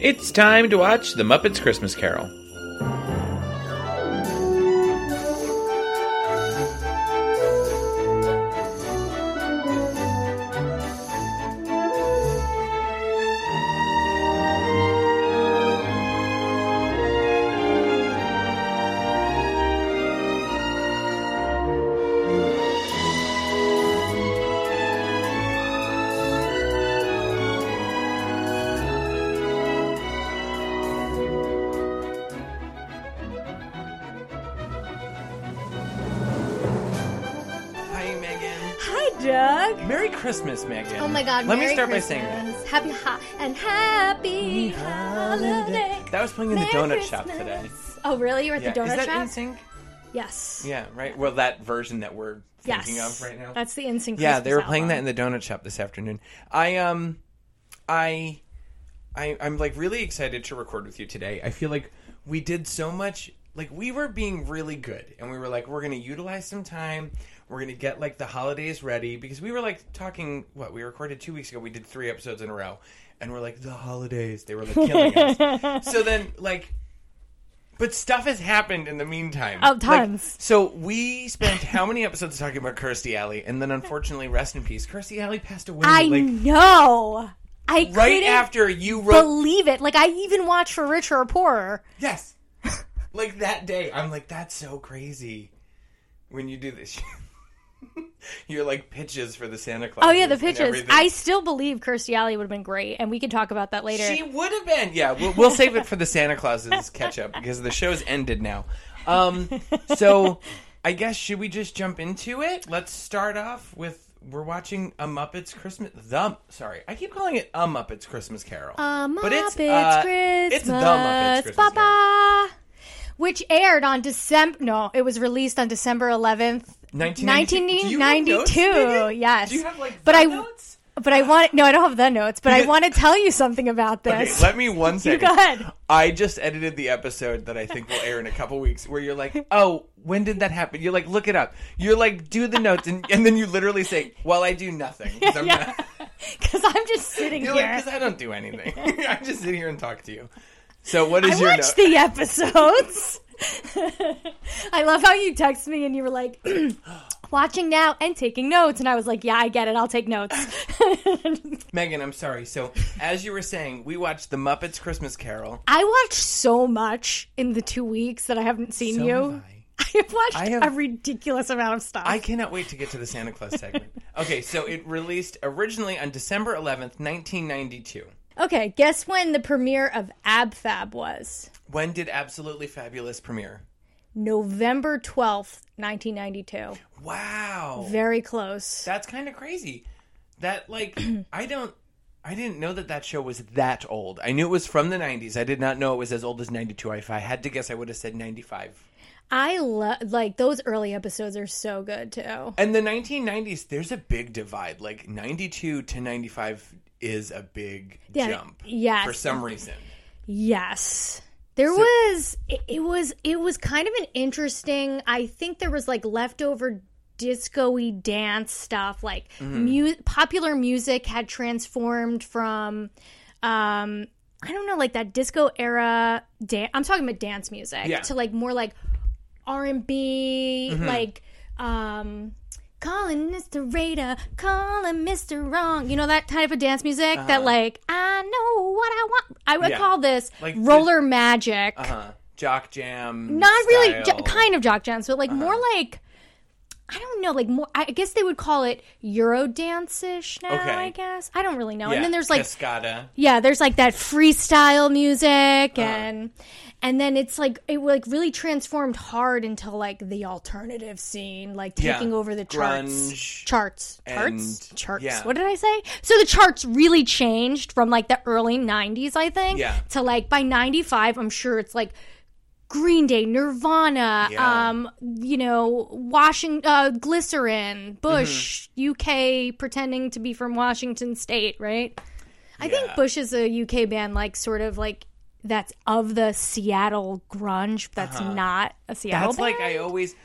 It's time to watch The Muppets Christmas Carol. Hi, Megan. Hi, Doug. Merry Christmas, Megan. Oh my God! Let Merry me start Christmas. by saying that. Happy ha- and happy holiday. That was playing in the Merry donut shop Christmas. today. Oh, really? You were at Yeah. the donut Is that shop? in sync? Yes. Yeah, right. Well, that version that we're Yes. thinking of right now. That's the NSYNC. yeah, they were playing that in the donut shop this afternoon. I um, I, I, I'm like really excited to record with you today. I feel like we did so much. Like we were being really good, and we were like, we're gonna utilize some time. We're gonna get like the holidays ready because we were like talking. What we recorded two weeks ago, we did three episodes in a row, and we're like the holidays. They were like killing us. So then like. But stuff has happened in the meantime. Oh, Like, tons. so we spent how many episodes talking about Kirstie Alley, and then unfortunately, rest in peace, Kirstie Alley passed away. I like know. I right couldn't after you wrote. believe it. Like I even watched for richer or poorer. yes, like that day, I'm like, that's so crazy. When you do this, you're like pitches for the Santa Claus. Oh yeah, the and pitches. everything. I still believe Kirstie Alley would have been great, and we could talk about that later. She would have been. Yeah, we'll, we'll save it for the Santa Claus's catch up because the show's ended now. Um, so I guess should we just jump into it? Let's start off with we're watching a Muppets Christmas. The sorry, I keep calling it a Muppets Christmas Carol. Um, But it's, Muppets uh, Christmas, it's the Muppets Christmas Papa, which aired on December. No, it was released on December 11th, 1992? Do you have notes, 1992. Megan? yes, Do you have like but the I notes? Uh. but I want no, I don't have the notes, but I want to tell you something about Okay, this. let me one second. go ahead. I just edited the episode that I think will air in a couple weeks where you're like, oh, when did that happen? You're like, look it up. You're like, do the notes. And, and then you literally say, well, I do nothing. 'cause I'm Yeah. not- Because I'm just sitting You're like, here. because I don't do anything. I just sit here and talk to you. So what is I your watched note? the episodes. I love how you text me and you were like, watching now and taking notes, and I was like, yeah, I get it. I'll take notes. Megan, I'm sorry. So as you were saying, we watched The Muppets Christmas Carol. I watched so much in the two weeks that I haven't seen So you. have I. I have watched I have- a ridiculous amount of stuff. I cannot wait to get to the Santa Claus segment. Okay, so it released originally on December 11th, 1992. Okay, guess when the premiere of Ab Fab was? When did Absolutely Fabulous premiere? November 12th, 1992. Wow. Very close. That's kind of crazy. That like I don't I didn't know that that show was that old. I knew it was from the 90s. I did not know it was as old as 92. If I had to guess, I would have said 95. I love, like, those early episodes are so good, too. And the 1990s, there's a big divide. Like 92 to 95 is a big Yeah, jump yes. for some reason. Yes. There was it, it was it was kind of an interesting I think there was like leftover disco-y dance stuff like mu- popular music had transformed from um I don't know like that disco era dan- I'm talking about dance music Yeah. to like more like R&B like um Calling Mr. Raider, calling Mr. Wrong. You know that type of dance music that, like, I know what I want. I would Uh-huh. Yeah. call this Like the- roller magic. Uh-huh. Jock jam. Not really, style. Uh-huh. jo- kind of jock jams, but like more like, I don't know, like more. I guess they would call it Euro dance ish now. Okay. I guess I don't really know. Yeah, And then there's like Cascada. yeah, there's like that freestyle music Uh-huh. and and then it's like it like really transformed hard into like the alternative scene, like Yeah. taking over the charts. Grunge charts. and- Charts. Charts. yeah. What did I say? So the charts really changed from like the early 90s, I think, Yeah. to like by 95, I'm sure it's like Green Day, Nirvana, Yeah. um, you know, Washington, uh, Mm-hmm. Glycerin, Bush, UK, pretending to be from Washington State, right? I think Bush is a UK band, like sort of like that's of the Seattle grunge. but That's not a Seattle Uh-huh. That's band. like I always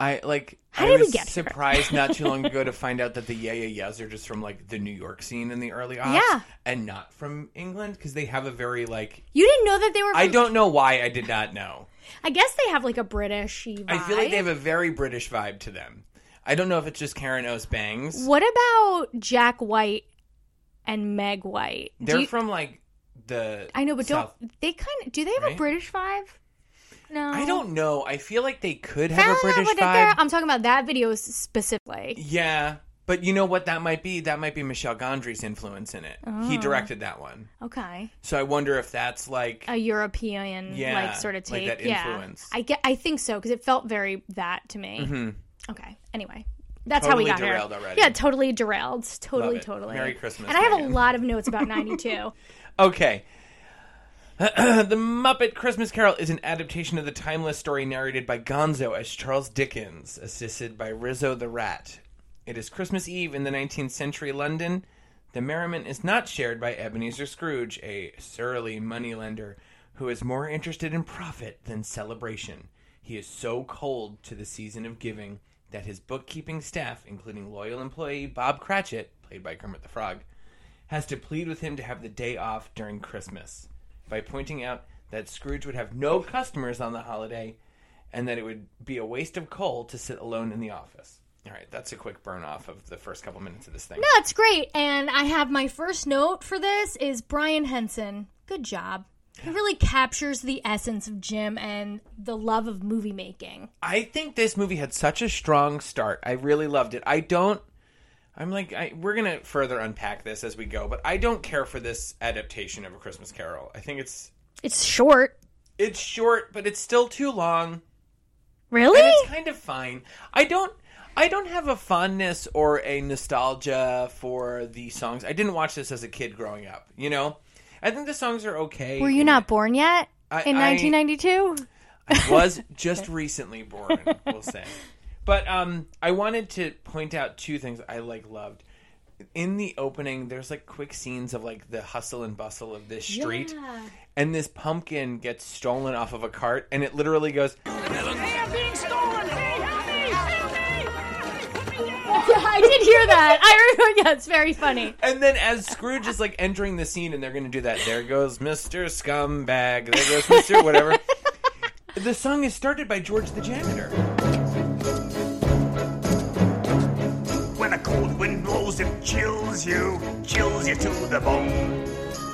I like. How I did we was get here? surprised not too long ago to find out that the Yeah Yeah Yeahs are just from like the New York scene in the early aughts, Yeah. and not from England because they have a very like. You didn't know that they were. From, I don't know why I did not know. I guess they have like a British. Vibe. I feel like they have a very British vibe to them. I don't know if it's just Karen O's bangs. What about Jack White and Meg White? Do They're you- from like the. I know, but South. don't they kind of do they have a right? British vibe? No, I don't know. I feel like they could have Found a out British what a girl- vibe. I'm talking about that video specifically. Yeah, but you know what? That might be that might be Michel Gondry's influence in it. Oh. He directed that one, Okay, so I wonder if that's like a European Yeah, like sort of like take. that yeah, influence. I get. I think so because it felt very that to me. Okay. Anyway. That's Mm-hmm. Totally how we got derailed here. already. Yeah, totally derailed. Totally, Love it. totally. Merry Christmas, And I have a Megan. lot of notes about 92. Okay. the Muppet Christmas Carol is an adaptation of the timeless story narrated by Gonzo as Charles Dickens, assisted by Rizzo the Rat. It is Christmas Eve in the 19th century London. The merriment is not shared by Ebenezer Scrooge, a surly moneylender who is more interested in profit than celebration. He is so cold to the season of giving that his bookkeeping staff, including loyal employee Bob Cratchit, played by Kermit the Frog, has to plead with him to have the day off during Christmas by pointing out that Scrooge would have no customers on the holiday and that it would be a waste of coal to sit alone in the office. All right, that's a quick burn off of the first couple minutes of this thing. That's great. And I have my first note for this is Brian Henson. Good job. He really captures the essence of Jim and the love of movie making. I think this movie had such a strong start. I really loved it. I don't. I'm like I, we're gonna further unpack this as we go, but I don't care for this adaptation of A Christmas Carol. I think it's It's short. it's short, but it's still too long. Really? And it's kind of fine. I don't I don't have a fondness or a nostalgia for the songs. I didn't watch this as a kid growing up, you know? I think the songs are okay. Were you not born yet I- in I- 1992? I was just recently born, we'll say. But um I wanted to point out two things I like loved. In the opening, there's like quick scenes of like the hustle and bustle of this street. Yeah. And this pumpkin gets stolen off of a cart and it literally goes They are being stolen! Hey, help me! Help me! Yeah, I did hear that. I remember. Yeah, it's very funny. And then as Scrooge is like entering the scene and they're going to do that, there goes Mr. Scumbag, there goes Mr. whatever. The song is started by George the Janitor. When a cold wind blows, it chills you, chills you to the bone.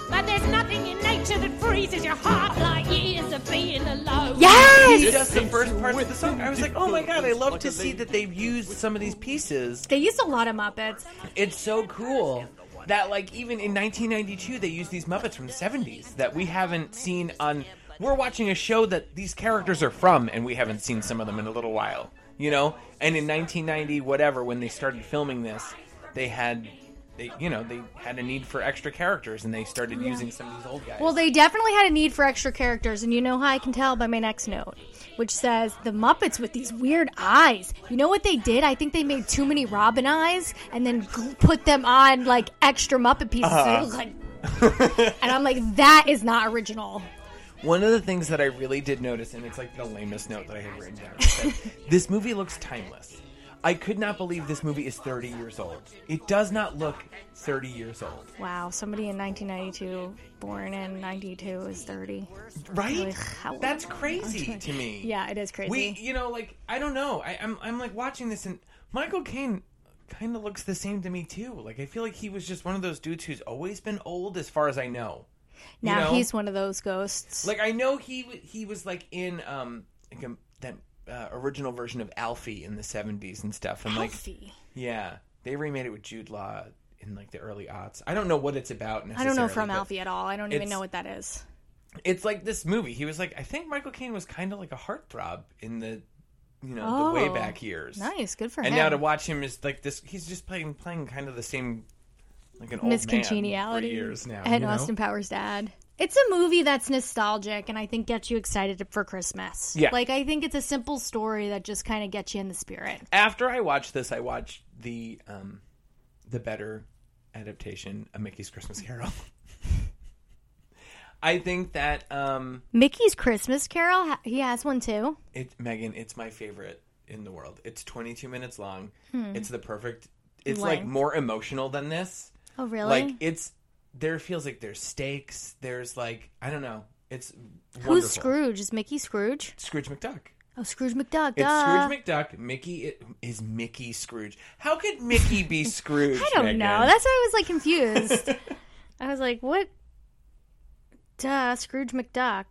But there's nothing in nature that freezes your heart like years of being alone. He Yes. does the first part of the song. I was like, oh my god, I love to see that they've used some of these pieces. They used a lot of Muppets. It's so cool that, like, even in 1992, they used these Muppets from the 70s that we haven't seen on. We're watching a show that these characters are from, and we haven't seen some of them in a little while, you know? And in 1990, whatever, when they started filming this, they had. They, you know, they had a need for extra characters, and they started using some of these old guys. Well, they definitely had a need for extra characters, and you know how I can tell by my next note, which says the Muppets with these weird eyes. You know what they did? I think they made too many Robin eyes and then gl- put them on like extra Muppet pieces. So it looked like, and I'm like, that is not original. One of the things that I really did notice, and it's like the lamest note that I had written down, is that this movie looks timeless. I could not believe this movie is 30 years old. It does not look 30 years old, Wow, somebody in 1992, born in 92, is 30. right? Like, how old That's am I? crazy to me. Yeah, it is crazy. We, you know, like I don't know. I, I'm, I'm like watching this, and Michael Caine kind of looks the same to me too. Like I feel like he was just one of those dudes who's always been old, as far as I know. you now know? he's one of those ghosts. Like I know he w- he was like in um like um that uh, original version of Alfie in the seventies and stuff, and like Alfie. yeah, they remade it with Jude Law in like the early aughts. I don't know what it's about. I don't know necessarily, from but Alfie at all. I don't even it's- know what that is. It's like this movie. He was like, I think Michael Caine was kind of like a heartthrob in the you know the way Oh, back years. Nice, good for And him. now to watch him is like this. He's just playing playing kind of the same like an old man for miscongeniality years now. and you know? Austin Powers' dad. It's a movie that's nostalgic and I think gets you excited for Christmas. Yeah. Like I think it's a simple story that just kind of gets you in the spirit. after I watched this, I watched the um, the better adaptation of Mickey's Christmas Carol. I think that um, Mickey's Christmas Carol, ha- he has one too. it, Megan, it's my favorite in the world. It's 22 minutes long. It's the perfect. It's like Hmm. Length. more emotional than this. Oh, really? Like it's there feels like there's stakes. There's like I don't know. It's wonderful. Who's Scrooge? Is Mickey Scrooge? Scrooge McDuck. Oh, Scrooge McDuck. It's duh. Scrooge McDuck. Mickey i- is Mickey Scrooge. How could Mickey be Scrooge? I don't know. That's why I was like confused. I was like, what? Duh, Scrooge McDuck.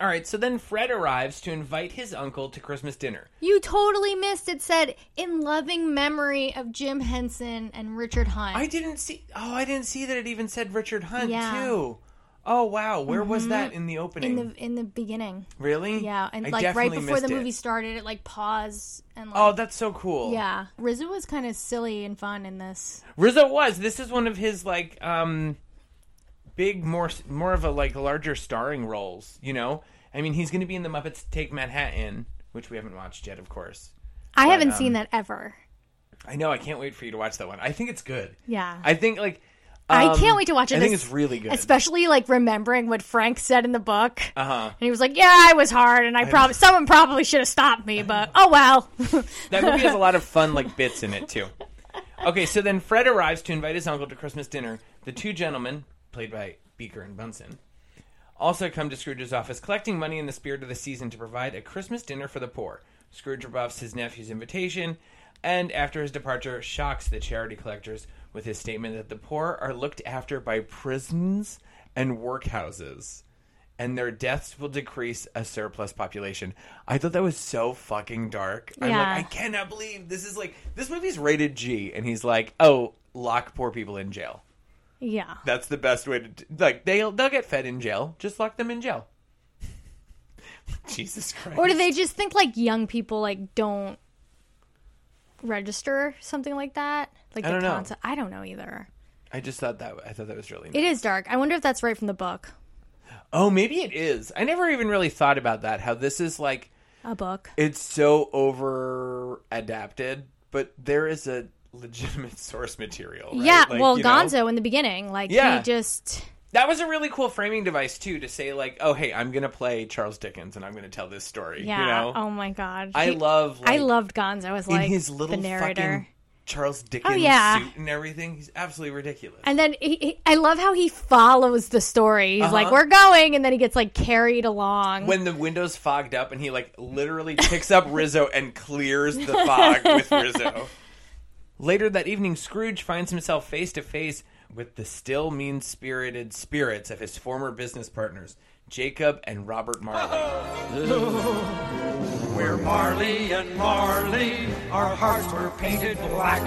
All right. So then Fred arrives to invite his uncle to Christmas dinner. You totally missed it. Said in loving memory of Jim Henson and Richard Hunt. I didn't see. Oh, I didn't see that it even said Richard Hunt Yeah. Mm-hmm. too. Oh wow, where was that in the in opening? the in the beginning. really? Yeah, and I like right definitely before the missed it. movie started, it like paused and like Oh, that's so cool. yeah. Rizzo was kind of silly and fun in this. Rizzo was. This is one of his like um big more more of a like larger starring roles, you know? I mean, he's going to be in the Muppets Take Manhattan, which we haven't watched yet, of course. I haven't um, seen that ever. I know, I can't wait for you to watch that one. I think it's good. Yeah, I think like I um, can't wait to watch it. I think es- it's really good. especially like remembering what Frank said in the book. uh-huh. And he was like, "Yeah, I was hard, and I probably someone probably should have stopped me, but oh well." That movie has a lot of fun, like bits in it too. Okay, so then Fred arrives to invite his uncle to Christmas dinner. The two gentlemen, played by Beaker and Bunsen, also come to Scrooge's office, collecting money in the spirit of the season to provide a Christmas dinner for the poor. Scrooge rebuffs his nephew's invitation, and after his departure, shocks the charity collectors with his statement that the poor are looked after by prisons and workhouses and their deaths will decrease a surplus population. I thought that was so fucking dark. I'm Yeah. like, I cannot believe this is like this movie's rated G, and he's like, oh, lock poor people in jail. yeah, That's the best way to d- like they'll they'll get fed in jail. Just lock them in jail. Jesus Christ. or do they just think like young people like don't register something like that? Like I the don't know. concept, I don't know either. I just thought that I thought that was really. It is dark. I wonder if that's right from the book. oh, maybe it is. I never even really thought about that. How this is like A book. it's so over adapted, but there is a legitimate source material. right? Yeah, Like, well, you know? Gonzo in the beginning, like Yeah. he just That was a really cool framing device too to say like, oh hey, I'm gonna play Charles Dickens and I'm gonna tell this story. yeah. You know? Oh my god, I He- love like, I loved Gonzo as in like his little fucking the narrator. Oh, Charles Dickens yeah. suit and everything. He's absolutely ridiculous. And then he, he, I love how he follows the story. He's like, Uh-huh. "We're going," and then he gets like carried along. when the windows fogged up and he like literally picks up Rizzo and clears the fog with Rizzo. Later that evening, Scrooge finds himself face to face with the still mean spirited spirits of his former business partners, Jacob and Robert Marley. We're Marley and Marley, our hearts were painted black.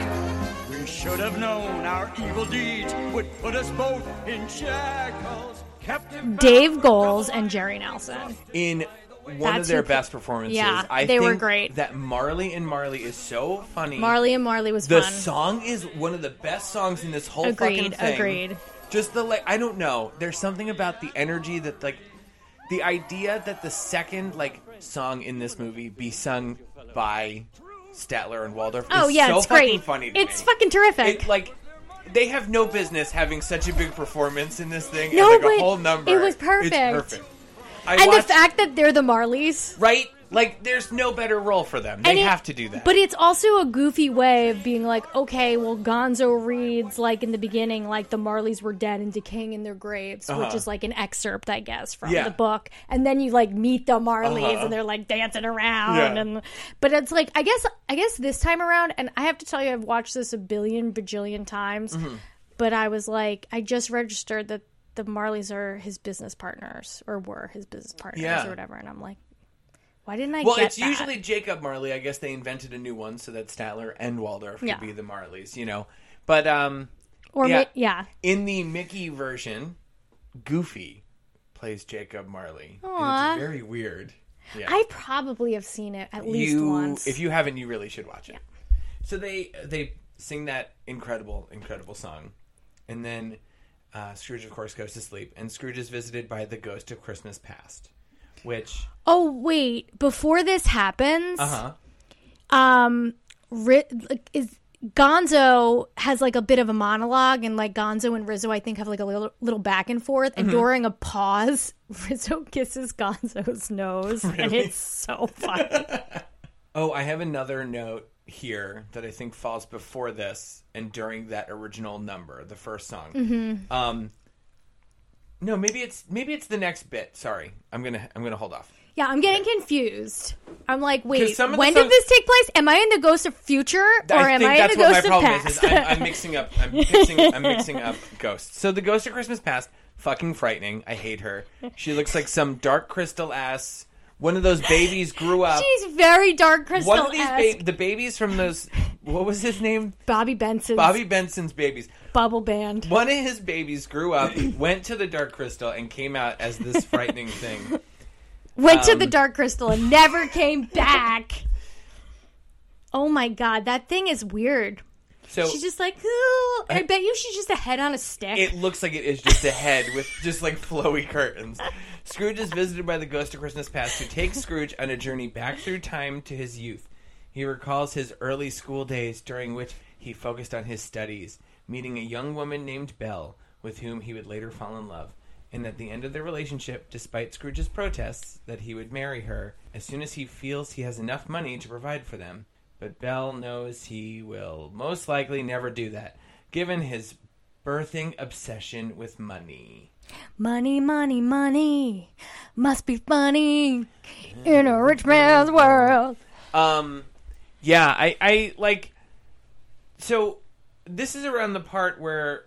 We should have known our evil deeds would put us both in shackles. Captive Dave bound Goles for the and Jerry light Nelson. In one of That's their who- best performances, Yeah, I they think were great. That Marley and Marley is so funny. Marley and Marley was The fun. song is one of the best songs in this whole fucking Agreed, thing. agreed. Just the like, I don't know. There's something about the energy that like, the idea that the second like song in this movie be sung by Statler and Waldorf. oh is yeah, so it's great. Fucking funny. to it's me. fucking terrific. It, like. They have no business having such a big performance in this thing. No, and, like but a whole number. it was It's perfect. perfect. I and watched- the fact that they're the Marleys, right? Like, there's no better role for them. They And it- have to do that. But it's also a goofy way of being like, okay, well, Gonzo reads like in the beginning, like the Marleys were dead and decaying in their graves, which is like an excerpt, I guess, from Uh-huh. Yeah. the book. And then you like meet the Marleys Uh-huh. and they're like dancing around. Yeah. And but it's like, I guess, I guess this time around, and I have to tell you, I've watched this a billion bajillion times, Mm-hmm. but I was like, I just registered that the Marleys are his business partners or were his business partners Yeah. or whatever, and I'm like. Why didn't I Well, get it's that? usually Jacob Marley. I guess they invented a new one so that Statler and Waldorf Yeah. could be the Marleys, you know. But um, or yeah. ma- yeah. in the Mickey version, Goofy plays Jacob Marley. And Aw. It's very weird. I probably have seen it at least you, once. if you haven't, you really should watch it. So they they sing that incredible, incredible song, and then uh, Scrooge, of course, goes to sleep, and Scrooge is visited by the ghost of Christmas Past, which oh wait, before this happens, uh, um, Ri- like, is Gonzo has like a bit of a monologue, and like Gonzo and Rizzo, I think, have like a little, little back and forth. Mm-hmm. And during a pause, Rizzo kisses Gonzo's nose, and it's so funny. Oh, I have another note here that I think falls before this and during that original number, the first song. Mm-hmm. Um, no, maybe it's maybe it's the next bit. Sorry, I'm gonna I'm gonna hold off. Yeah, I'm getting confused. I'm like, wait, some of the when songs- did this take place? Am I in the ghost of future or am I in the ghost of is. past? is I'm, I'm mixing up. I'm mixing. I'm mixing up ghosts. So the ghost of Christmas past, fucking frightening. I hate her. She looks like some dark crystal ass. One of those babies grew up. She's very dark crystal. One of these ba- the babies from those. What was his name? Bobby Benson's Bobby Benson's babies. bubble band. One of his babies grew up, went to the dark crystal, and came out as this frightening thing. Went to Um, the dark crystal and never came back. Oh my god, that thing is weird. So She's just like, ooh, I bet you she's just a head on a stick. it looks like it is just a head with just like flowy curtains. Scrooge is visited by the ghost of Christmas past who takes Scrooge on a journey back through time to his youth. He recalls his early school days during which he focused on his studies, meeting a young woman named Belle with whom he would later fall in love. And at the end of their relationship, despite Scrooge's protests that he would marry her as soon as he feels he has enough money to provide for them, but Belle knows he will most likely never do that, given his birthing obsession with money. money, money, money. Must be funny in a rich man's world. Um, yeah, I, I like. So, this is around the part where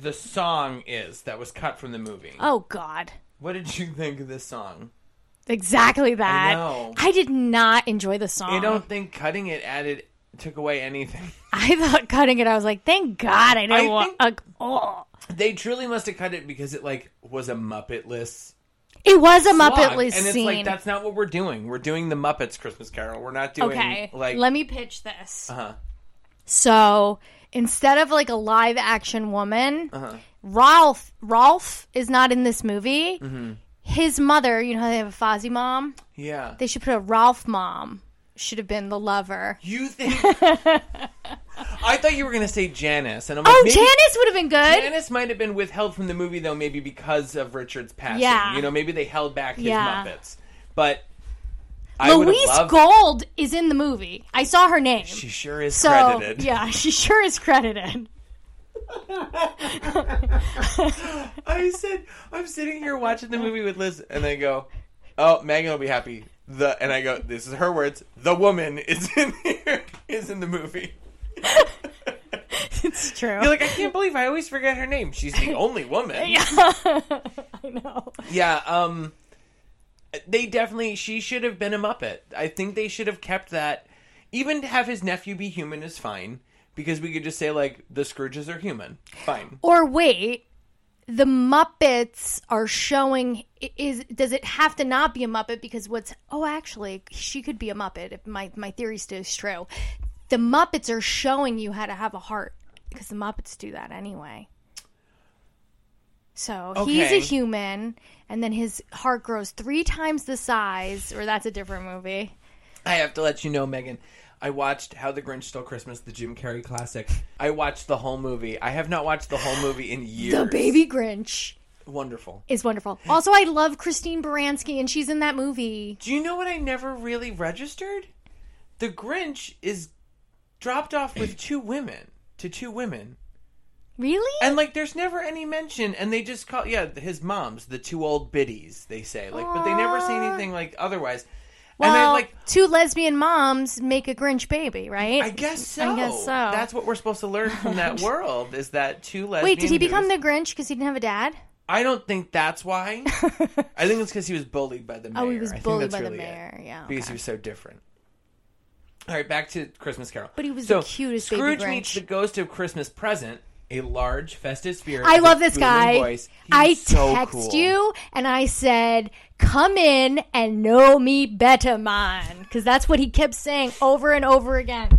the song is that was cut from the movie. Oh god. What did you think of this song? Exactly that. know. did not enjoy the song. I don't think cutting it added took away anything. I thought cutting it, I was like, thank God I didn't I want. think- Like, oh. They truly must have cut it because it like was a Muppetless It was a slog. Muppet List and it's scene. like that's not what we're doing. We're doing the Muppets Christmas Carol. We're not doing okay, like let me pitch this. Uh-huh. So instead of like a live action woman, Uh-huh. Rolf Rolf is not in this movie. Mm-hmm. His mother, you know how they have a Fozzie mom. yeah. They should put a Rolf mom. Should have been the lover. You think? I thought you were gonna say Janice, and I'm like, Oh, maybe Janice would have been good. Janice might have been withheld from the movie though, maybe because of Richard's passing. Yeah. you know, maybe they held back his Yeah. Muppets, but I would Louise have loved. Gold is in the movie. I saw her name. she sure is so credited. yeah, she sure is credited. I said, I'm sitting here watching the movie with Liz, and I go, "Oh, Megan will be happy." The and I go, "This is her words." The woman is in here, is in the movie. It's true. You're like, I can't believe I always forget her name. She's the only woman. Yeah. I know. Yeah, um they definitely she should have been a Muppet. I think they should have kept that even to have his nephew be human is fine. Because we could just say like the Scrooges are human. Fine. Or wait, the Muppets are showing i- is does it have to not be a Muppet because what's oh actually she could be a Muppet if my my theory still is true. The Muppets are showing you how to have a heart because the Muppets do that anyway. So he's Okay. a human, and then his heart grows three times the size, or that's a different movie. I have to let you know, Megan. I watched How the Grinch Stole Christmas, the Jim Carrey classic. I watched the whole movie. I have not watched the whole movie in years. The Baby Grinch Wonderful. is wonderful. Also, I love Christine Baranski, and she's in that movie. Do you know what I never really registered? The Grinch is dropped off with two women to two women. Really? And like, there's never any mention, and they just call yeah his mom's the two old biddies. They say like, but they never say anything like otherwise. and I Well, like, two lesbian moms make a Grinch baby, right? I guess so. I guess so. That's what we're supposed to learn from that world is that two lesbian. Wait, did he become dudes- the Grinch because he didn't have a dad? I don't think that's why. I think it's because he was bullied by the mayor. Oh, he was I think bullied that's by the really it, mayor, yeah, because okay. he was so different. All right, back to Christmas Carol. But he was so, the cutest baby Scrooge Grinch. meets the ghost of Christmas Present, a large festive spirit. I with a love this booming guy. Voice. He's I so text cool. you and I said, "Come in and know me better, man," because that's what he kept saying over and over again.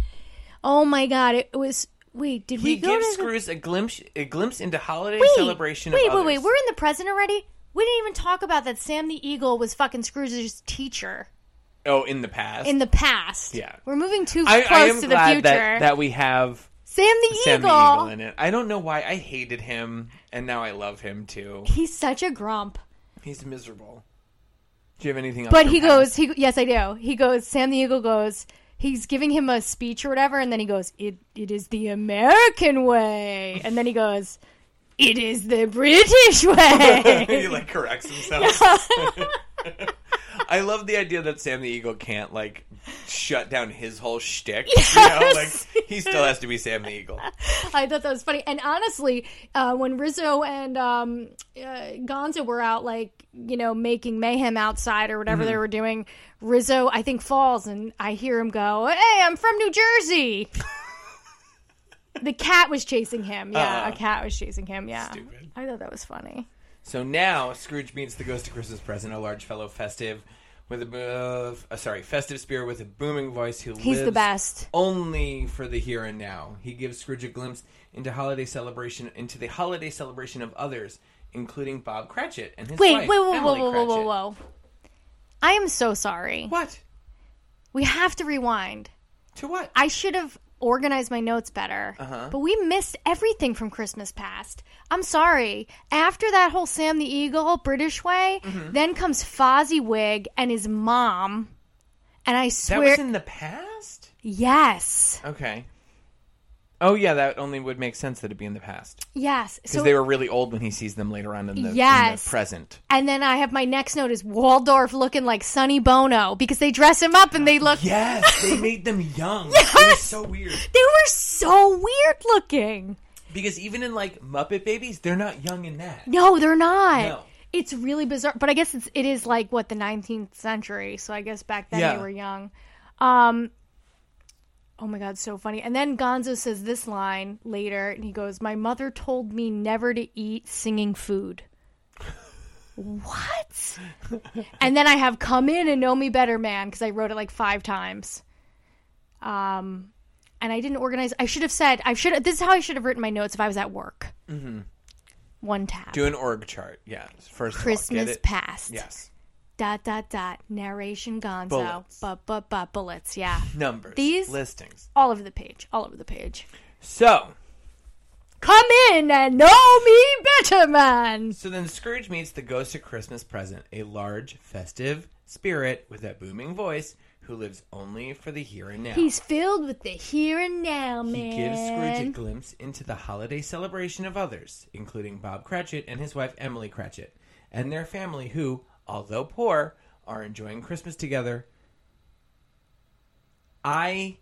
Oh my god, it was. Wait, did He we go gives to the- Scrooge a glimpse a glimpse into holiday wait, celebration. Wait, of wait, others. wait. We're in the present already. We didn't even talk about that. Sam the Eagle was fucking Scrooge's teacher oh in the past. in the past. Yeah. we're moving too I, close I am to the glad future. that that we have Sam the Sam the Eagle. Eagle in it. I don't know why I hated him, and now I love him too. He's such a grump. He's miserable. Do you have anything else? But from he past? goes, he yes, I do. He goes, Sam the Eagle goes, he's giving him a speech or whatever, and then he goes, "It it is the American way," and then he goes, "It is the British way." he like corrects himself. I love the idea that Sam the Eagle can't like shut down his whole shtick. Yes. You know, like he still has to be Sam the Eagle. I thought that was funny. And honestly, uh, when Rizzo and um, uh, Gonzo were out, like, you know, making mayhem outside or whatever Mm-hmm. they were doing, Rizzo, I think, falls and I hear him go, Hey, I'm from New Jersey. the cat was chasing him. Yeah, a cat was chasing him. Yeah. Uh-huh. Stupid. I thought that was funny. So now Scrooge meets the ghost of Christmas present, a large fellow festive with a bo- uh, sorry, festive spirit with a booming voice who He's the lives best. only for the here and now. He gives Scrooge a glimpse into holiday celebration into the holiday celebration of others, including Bob Cratchit and his Wait, wife, wait, whoa, whoa, Emily whoa, whoa, whoa, Cratchit. whoa. I am so sorry. What? We have to rewind. To what? I should have organized my notes better. Uh-huh. But we missed everything from Christmas past. I'm sorry. After that whole Sam the Eagle British way, Mm-hmm. then comes Fozziwig and his mom. And I that swear, was in the past. yes, Okay. Oh yeah, that only would make sense that it'd be in the past yes. because So, they were really old when he sees them later on in the, in the Yes. present. and then I have my next note is Waldorf looking like Sonny Bono because they dress him up and they look. Yes, they made them young. It was so weird They were so weird looking. because even in like Muppet Babies, they're not young in that. No, they're not. No. It's really bizarre, but I guess it's it is like what the 19th century, so I guess back then Yeah. they were young. Um Oh my god, so funny. And then Gonzo says this line later and he goes, "My mother told me never to eat singing food." what? and then I have come in and know me better man because I wrote it like 5 times. Um and I didn't organize. I should have said I should this is how I should have written my notes if I was at work. Mhm. One tap. Mm-hmm. Do an org chart. Yeah, first of all, get Christmas it? past. Yes, Dot dot dot. Narration Gonzo. Bullets. But but but bullets. Yeah. numbers, These- listings. All over the page. All over the page. So, Come in and know me better, man. so then Scrooge meets the ghost of Christmas present, a large, festive spirit with that booming voice who lives only for the here and now. He's filled with the here and now, man. He gives Scrooge a glimpse into the holiday celebration of others, including Bob Cratchit and his wife Emily Cratchit, and their family, who, although poor, are enjoying Christmas together. I,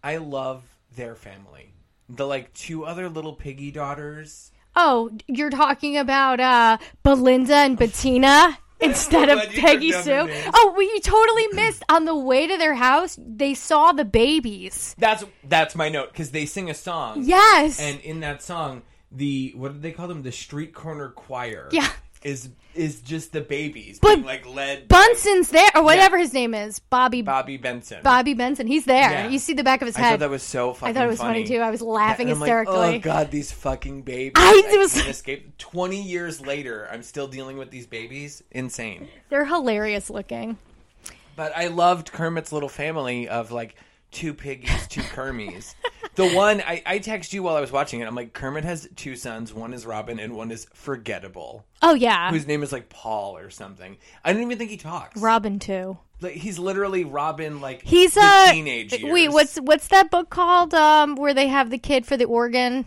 I love their family. The like two other little piggy daughters. oh, you're talking about uh Belinda and Bettina instead of glad you took Peggy down Sue. their names. Oh, well, you totally missed. On the way to their house, they saw the babies. That's that's my note because they sing a song. Yes. And in that song, the what did they call them? The street corner choir. Yeah. Is is just the babies But- being like led by Bunson's there, or whatever his name is, Bobby Bobby Benson. Bobby Benson. He's there. Yeah. You see the back of his I head. thought that was so fucking I thought it was funny, too. I was laughing And I'm hysterically. Like, oh god, these fucking babies! I I, was- can't escape. Twenty years later, I'm still dealing with these babies. Insane. They're hilarious looking. But I loved Kermit's little family of like two piggies, two Kermies. the one I, I text you while I was watching it. I'm like, Kermit has two sons. One is Robin, and one is forgettable, Oh yeah, whose name is like Paul or something. I don't even think he talks. Robin too. like, he's literally Robin. Like He's the a teenage. Years. Wait, what's what's that book called? Um, where they have the kid for the organ.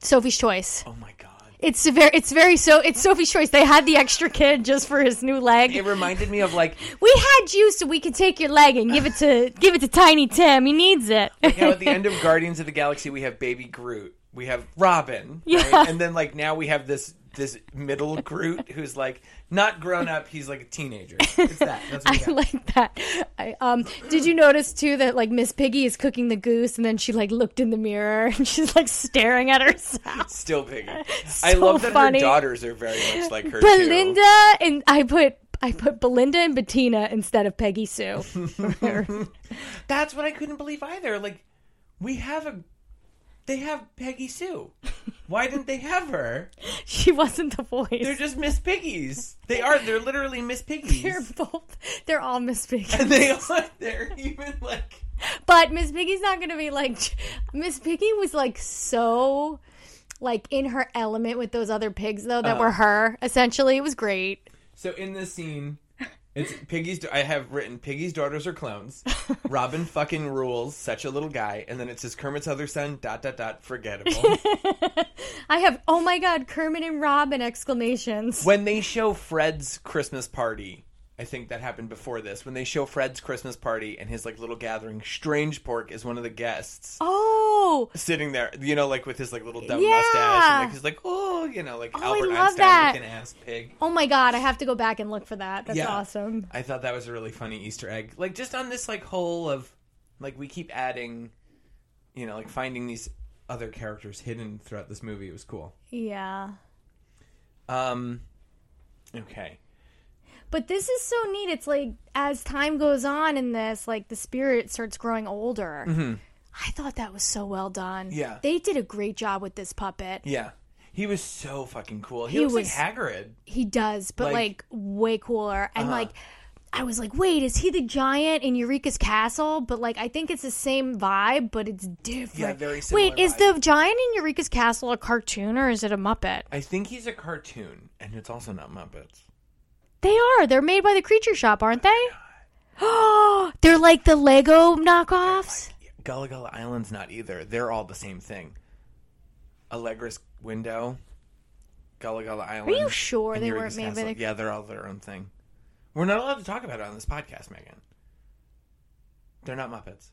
Sophie's Choice. Oh my god. It's very, it's very so. It's Sophie's Choice. They had the extra kid just for his new leg. It reminded me of like we had you so we could take your leg and give it to give it to Tiny Tim. He needs it. now at the end of Guardians of the Galaxy, we have Baby Groot, we have Robin, Yeah. right? and then like now we have this this middle Groot who's like not grown up, he's like a teenager. It's that. That's what we I have. like that. I, um, did you notice too that like Miss Piggy is cooking the goose and then she like looked in the mirror and she's like staring at herself. Still piggy. I love that funny. her daughters are very much like her. too. Belinda and I put I put Belinda and Bettina instead of Peggy Sue. That's what I couldn't believe either. Like we have a. They have Peggy Sue. Why didn't they have her? she wasn't the They're voice. just Miss Piggies. They are. They're literally Miss Piggies. They're both. They're all Miss Piggy, they are. They're even like. but Miss Piggy's not gonna be like Miss Piggy was like so like in her element with those other pigs though that were her essentially. It was great. So in this scene, It's Piggy's. da- I have written Piggy's daughters are clones. Robin fucking rules. Such a little guy. And then it says Kermit's other son. Dot dot dot. Forgettable. I have oh my god, Kermit and Robin exclamations. when they show Fred's Christmas party, I think that happened before this. When they show Fred's Christmas party and his like little gathering, Strange Pork is one of the guests Oh, sitting there. You know, like with his like little dumb Yeah. mustache. And, like he's like, oh, you know, like I Albert love Einstein that. looking ass pig. oh my god, I have to go back and look for that. That's awesome. I thought that was a really funny Easter egg. Like just on this like whole of like we keep adding, you know, like finding these other characters hidden throughout this movie. It was cool. Yeah. Um okay. But this is so neat. It's like as time goes on in this, like the spirit starts growing older. I thought that was so well done. Yeah. They did a great job with this puppet. Yeah. He was so fucking cool. He, He looks was- like Hagrid. He does, but Like- uh-huh. like, way cooler. And like I was like, wait, is he the giant in Eureka's castle? But like I think it's the same vibe, but it's different. Yeah, very similar Wait, is vibe. the giant in Eureka's castle a cartoon or is it a Muppet? I think he's a cartoon and it's also not Muppets. They are. They're made by the creature shop, aren't they? Oh, they're like the Lego knockoffs. Yeah, Gullah Gullah Island's not either. They're all the same thing. Allegra's window, Gullah Gullah Island. you sure and they Eureka's weren't made by Castle. the- Yeah, they're all their own thing. We're not allowed to talk about it on this podcast, Megan. They're not Muppets.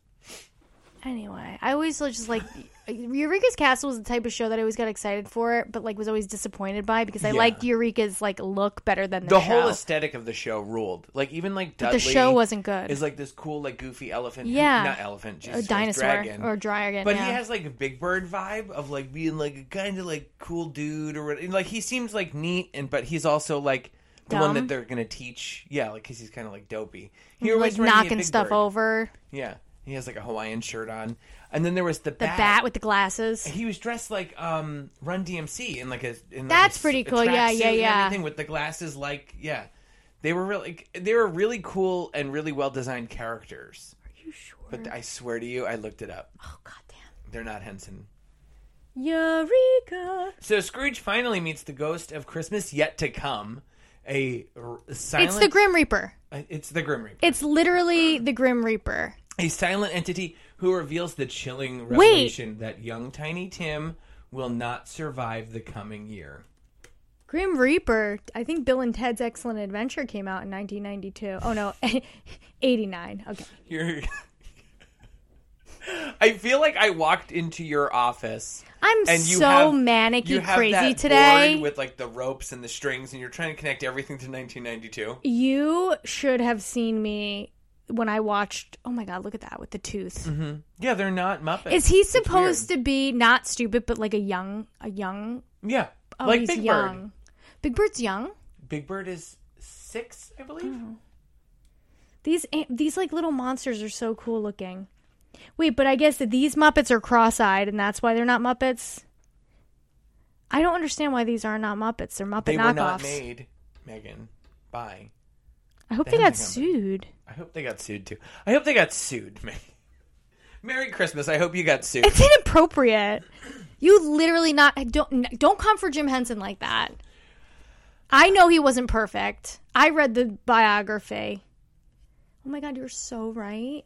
Anyway, I always just like Eureka's Castle was the type of show that I always got excited for, but like was always disappointed by because I Yeah. liked Eureka's like look better than the, The show. whole aesthetic of the show ruled. Like even like Dudley. the show wasn't good. Is like this cool like goofy elephant. who- Yeah. not elephant. Jesus a Christ, dinosaur dragon. or dragon. But yeah. he has like a Big Bird vibe of like being like a kind of like cool dude or what- like he seems like neat and but he's also like the one Dumb. that they're gonna teach. Yeah, like because he's kind of like dopey. He like always reminded me of knocking Big stuff Bird. over. Yeah, he has like a Hawaiian shirt on, and then there was the, The bat with the glasses. He was dressed like um Run DMC in like a in like That's a s- pretty a cool. Yeah, tracksuit yeah, and yeah. Everything with the glasses, like yeah, they were really they were really cool and really well designed characters. Are you sure? But I swear to you, I looked it up. Oh goddamn. They're not Henson. Eureka. So Scrooge finally meets the ghost of Christmas yet to come, a r- silent. It's the Grim Reaper. uh, it's the Grim Reaper, It's literally the Grim Reaper. a silent entity who reveals the chilling Wait. revelation that young Tiny Tim will not survive the coming year. Grim Reaper. I think Bill and Ted's Excellent Adventure came out in 1992. Oh no, 89. Okay. You're. I feel like I walked into your office I'm and you so have, manic you and have crazy that today. board with like the ropes and the strings, and you're trying to connect everything to 1992. you should have seen me when I watched. Oh my god, look at that with the tooth. Mm-hmm. Yeah, they're not Muppets. Is he supposed to be not stupid, but like a young, a young? Yeah, Oh, like he's Big young. Bird. Big Bird's young. Big Bird is six, I believe. These a- these like little monsters are so cool looking. Wait, but I guess that these Muppets are cross-eyed, and that's why they're not Muppets. I don't understand why these are not Muppets. They're Muppet They knockoffs. were not made, Megan. Bye. I hope They they got haven't been sued. I hope they got sued too. I hope they got sued, Megan. Merry Christmas. I hope you got sued. It's inappropriate. You literally not don't don't come for Jim Henson like that. I know he wasn't perfect. I read the biography. Oh my god, you're so right.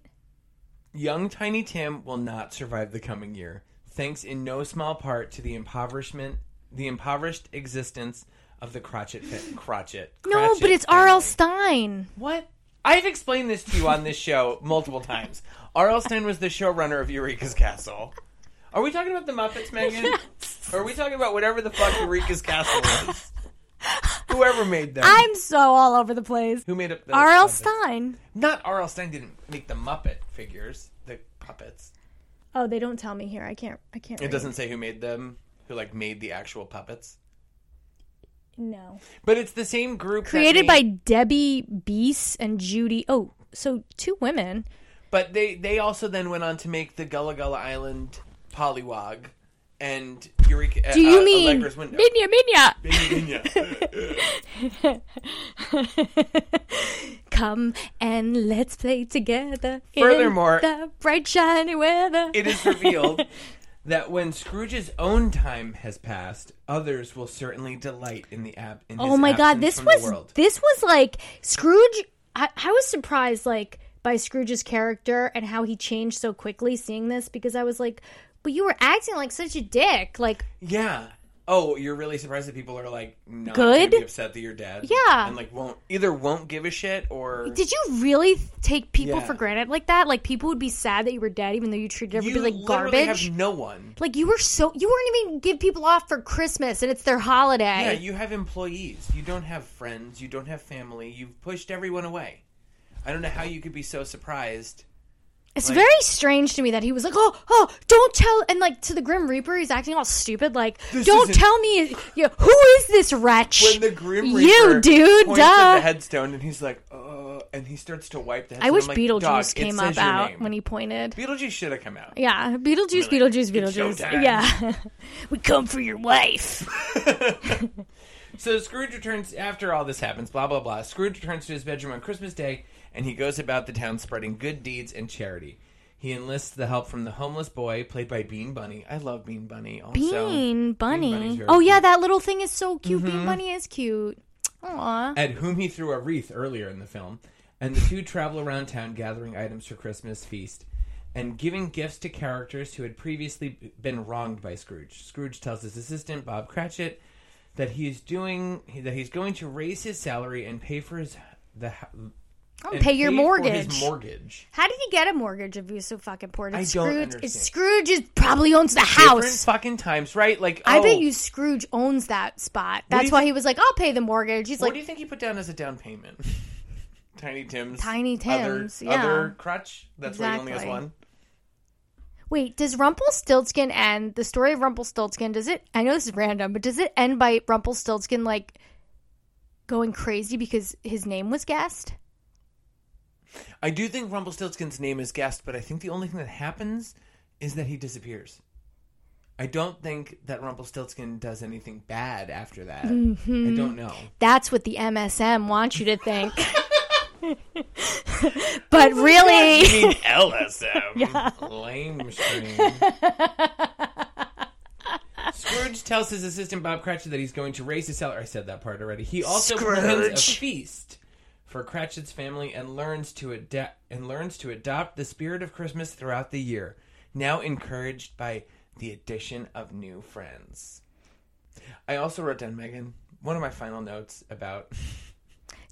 Young Tiny Tim will not survive the coming year, thanks in no small part to the impoverishment, the impoverished existence of the crotchet, fa- crotchet. No, Cratchit but it's family. R.L. Stein. What? I've explained this to you on this show multiple times. R.L. Stein was the showrunner of Eureka's Castle. Are we talking about the Muppets, Megan? Or are we talking about whatever the fuck Eureka's Castle is? Whoever made them. I'm so all over the place. Who made up the R.L. Muppets? Stein. Not R.L. Stein didn't make the Muppet figures, the puppets. Oh, they don't tell me here. I can't. I can't. It read. doesn't say who made them, who like made the actual puppets. No. But it's the same group that Created by made- Debbie Beese and Judy. Oh, so two Uh, women. But they they also then went on to make the Gullah Gullah Island Pollywog and Eureka. Do you uh, mean Allegra's window? Minya Minya? Come and let's play together. in Furthermore- the bright shiny weather. it is revealed that when Scrooge's own time has passed, others will certainly delight in the ab. In oh my Oh god, this was world. this was like Scrooge I, I was surprised like by Scrooge's character and how he changed so quickly seeing this because I was like, but you were acting like such a dick. Like, Yeah. Oh, you're really surprised that people are like not Good? gonna be upset that you're dead. Yeah. and like won't either won't give a shit or did you really th- take people Yeah. for granted like that? Like, people would be sad that you were dead even though you treated you everybody like literally garbage. have no one. like you were so you weren't even give people off for Christmas and it's their holiday. Yeah, you have employees. You don't have friends. You don't have family. You've pushed everyone away. I don't know how you could be so surprised. It's Like- very strange to me that he was like, "Oh, oh, don't tell," and like to the Grim Reaper, he's acting all stupid, like, "Don't isn't- tell me, you who is this wretch?" When the Grim Reaper you dude, points at duh. the headstone and he's like, uh, and he starts to wipe the headstone. I wish I'm like, Beetlejuice "Dog, it came says up your out name." when he pointed. Beetlejuice should have come out. yeah, Beetlejuice, Beetlejuice, Beetlejuice. showtime. Yeah, we come for your wife. So Scrooge returns after all this happens, blah blah blah. Scrooge returns to his bedroom on Christmas Day and he goes about the town spreading good deeds and charity. He enlists the help from the homeless boy played by Bean Bunny. I love Bean Bunny also. Bean Bunny's Bunny. very Oh yeah, cute. Mm-hmm. that little thing is so cute. Bean Bunny is cute. Aw. At whom he threw a wreath earlier in the film, and the two travel around town gathering items for Christmas feast and giving gifts to characters who had previously been wronged by Scrooge. Scrooge tells his assistant Bob Cratchit that he's doing that he's going to raise his salary and pay for his the hou- I'll and Oh, pay your paid mortgage. For his mortgage. How did he get a mortgage if he was so fucking poor? Did I don't Scrooge, understand. Is Scrooge is probably owns the Different house. fucking times, right? Like, I bet oh, you Scrooge owns that spot. do That's you why think- he was like, "I'll pay the mortgage." He's What like, do you think he put down as a down payment? Tiny Tim's. Tiny Tim's, Other, yeah. other crutch. That's why he only has Exactly. one. "Wait, does Rumpelstiltskin end the story of Rumpelstiltskin? Does it? I know this is random, but does it end by Rumpelstiltskin like going crazy because his name was guessed? I do think Rumpelstiltskin's name is guessed, but I think the only thing that happens is that he disappears. I don't think that Rumpelstiltskin does anything bad after that. I don't know. That's what the MSM wants you to think." but really, LSM. Lame stream. Scrooge tells his assistant Bob Cratchit that he's going to raise his salary. I said that part already. He also plans a feast for Cratchit's family and learns to adapt and learns to adopt the spirit of Christmas throughout the year. Now encouraged by the addition of new friends. I also wrote down Megan one of my final notes about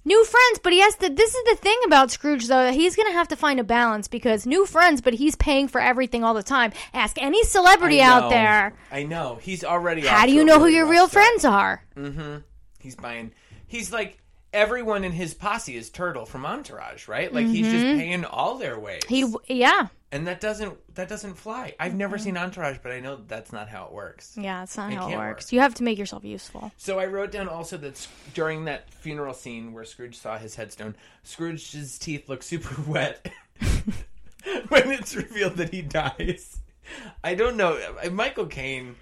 new friends but he has to this is the thing about scrooge though that he's gonna have to find a balance because new friends but he's paying for everything all the time ask any celebrity I out know. there I know he's already. how off do to you a know who really your rough real start. friends are He's buying. He's like everyone in his posse is Turtle from Entourage, right? Like he's just paying all their ways, he yeah and that doesn't that doesn't fly. I've never seen Entourage, but I know that's not how it works. yeah that's not It how it can't works work. you have to make yourself useful So I wrote down also that s- during that funeral scene where Scrooge saw his headstone, Scrooge's teeth look super wet when it's revealed that he dies. I don't know. Uh, Michael Caine,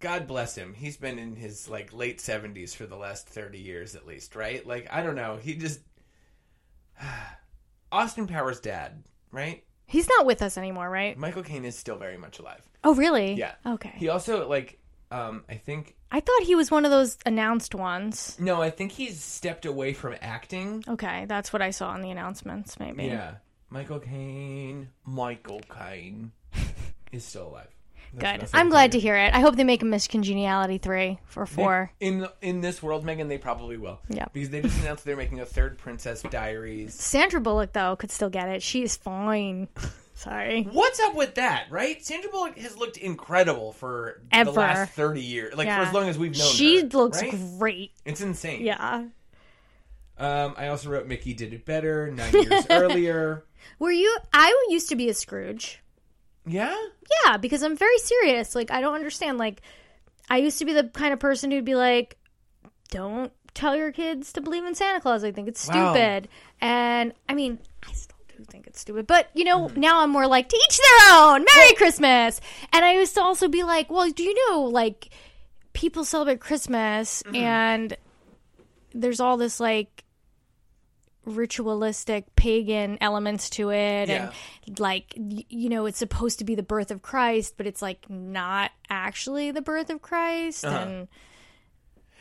God bless him, he's been in his like late seventies for the last thirty years at least, right? Like I don't know. He just Austin Powers' dad, right? he's not with us anymore right Michael Caine is still very much alive. oh really Mm. Yeah. okay He also like, um, I think i thought he was one of those announced ones no, I think he's stepped away from acting. okay that's what i saw in the announcements maybe Yeah. Michael Caine. Michael Caine is still alive. That's good what I i'm said. glad to hear it i hope they make a miss congeniality three for four In in this world, Megan, they probably will. Yeah. Because they just announced they're making a third Princess Diaries. sandra bullock though could still get it she is fine sorry What's up with that, right? Sandra Bullock has looked incredible for Ever. the last thirty years, like Yeah. for as long as we've known She her, looks right? great. It's insane. Yeah. Um, I also wrote Mickey did it better nine years earlier. Were you? I used to be a Scrooge. Yeah. Yeah, because I'm very serious. Like I don't understand. Like I used to be the kind of person who'd be like, "Don't tell your kids to believe in Santa Claus. I think it's Wow. stupid." And I mean, I still do think it's stupid. But you know, now I'm more like, "To each their own. Merry Christmas." And I used to also be like, "Well, do you know like people celebrate Christmas and there's all this like." ritualistic pagan elements to it Yeah. and like y- you know it's supposed to be the birth of Uh-huh. Christ but it's like not actually the birth of Christ and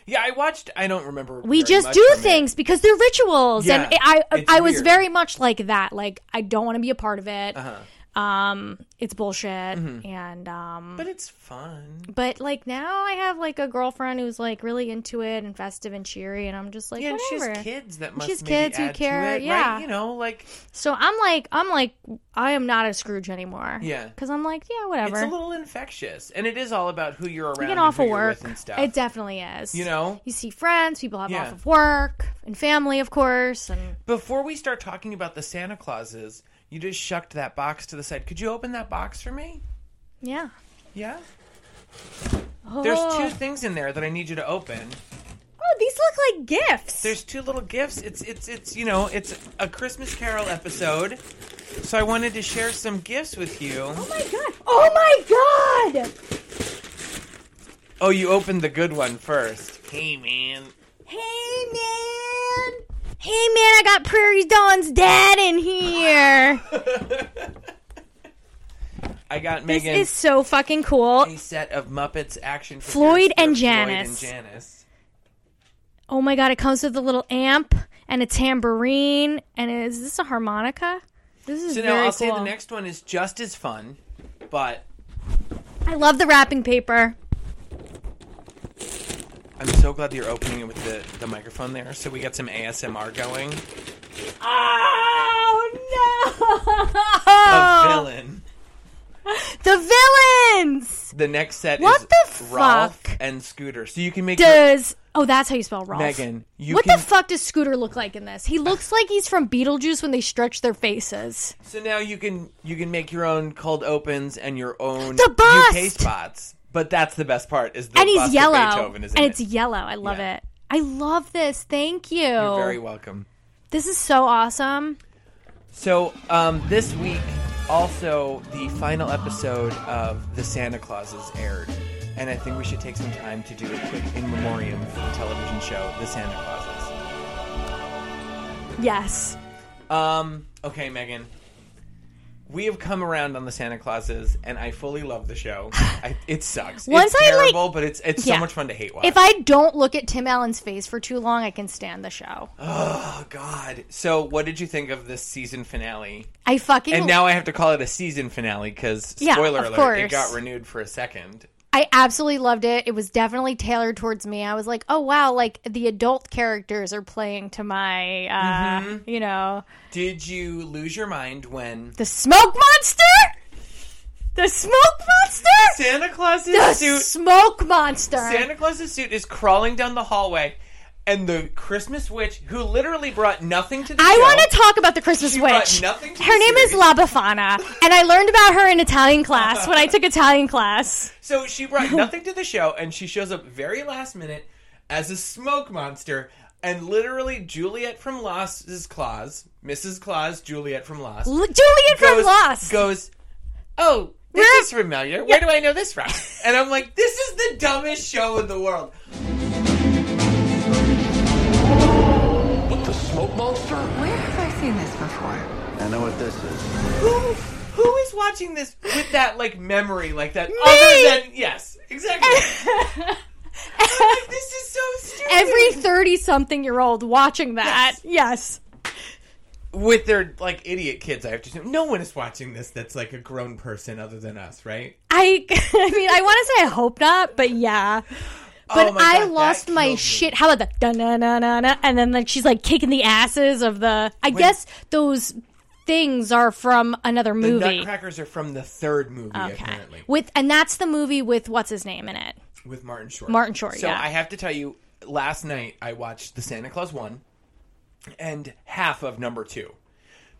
Yeah, I watched. I don't remember. we very just much do from it. things because they're rituals and Yeah, i i, it's I was weird. very much like that like i don't want to be a part of it Uh-huh. um it's bullshit Mm-hmm. and um but it's fun. but like now i have like a girlfriend who's like really into it and festive and cheery and i'm just like Yeah, and she whatever. has kids that must she has maybe kids who add to care, it, yeah. right? You know, like so i'm like i'm like i am not a scrooge anymore Yeah. because i'm like yeah whatever it's a little infectious, and it is all about who you're around, you get and off who of you're work with and stuff. it definitely is you know, you see friends people have Yeah. off of work and family of course and before we start talking about the Santa Clauses, you just shucked that box to the side. Could you open that box for me? yeah Yeah. oh. There's two things in there that I need you to open. Oh, these look like gifts There's two little gifts. It's it's it's you know it's a Christmas Carol episode, so I wanted to share some gifts with you. Oh my god! Oh my god! Oh, you opened the good one first. Hey man, Hey man! Hey man, I got Prairie Dawn's dad in here. I got this Megan is so fucking cool. a set of Muppets action figures Floyd for Floyd and Janice. and Janice. Oh my god! It comes with a little amp and a tambourine. And is this a harmonica? This is So now very I'll cool. say the next one is just as fun, but I love the wrapping paper. I'm so glad that you're opening it with the, the microphone there, so we got some ASMR going. A Oh villain. no! The villains. The next set What is the Rolf fuck? and Scooter. So you can make your- Does oh that's how you spell Rolf. Megan. You what can, the fuck does Scooter look like in this? He looks like he's from Beetlejuice when they stretch their faces. So now you can you can make your own cold opens and your own The bust! UK spots. But that's the best part is the and bust he's of yellow. Beethoven, isn't and it? it's yellow. I love Yeah. it. I love this. Thank you. You're very welcome. this is so awesome. So um, this week, also the final episode of the Santa Clauses aired, and I think we should take some time to do a quick in memoriam for the television show The Santa Clauses. Yes. Um, okay, Megan. We have come around on the Santa Clauses, and I fully love the show. I, it sucks. Once it's I, like- terrible, but it's it's Yeah. so much fun to hate watch. If I don't look at Tim Allen's face for too long, I can stand the show. oh God! So, what did you think of this season finale? I fucking And now I have to call it a season finale because Yeah, spoiler of alert, it course. got renewed for a second. I absolutely loved it. It was definitely tailored towards me. I was like, "Oh wow, like the adult characters are playing to my uh, Mm-hmm. you know, Did you lose your mind when the smoke monster? The smoke monster? Santa Claus's The suit smoke monster. Santa Claus's suit is crawling down the hallway and the Christmas witch who literally brought nothing to the I show- want to talk about the Christmas She brought witch. nothing to her the name is series. La Befana, and I learned about her in Italian class when I took Italian class. So she brought nothing to the show and she shows up very last minute as a smoke monster and literally Juliet from Lost's Claus, Mrs. Claus, Juliet from Lost. L- Juliet from Lost. goes, oh, this Where- is familiar. Where do I know this from? And I'm like, this is the dumbest show in the world. What the smoke monster? Where have I seen this before? I know what this is. Who who is watching this with that like memory like that? Other than yes, exactly. I'm like, this is so stupid. Every thirty-something-year-old watching that. Yes. with their like idiot kids, I have to assume no one is watching this. That's like a grown person other than us, right? I. I mean, I want to say I hope not, but yeah. But Oh my I God, that lost my killed me. shit. How about the dun na na na na? And then like she's like kicking the asses of the. I guess those things are from another movie. The Nutcrackers are from the third movie, apparently, With and that's the movie with what's his name in it. with Martin Short. Martin Short, So yeah. I have to tell you, last night I watched the Santa Claus one, and half of number two.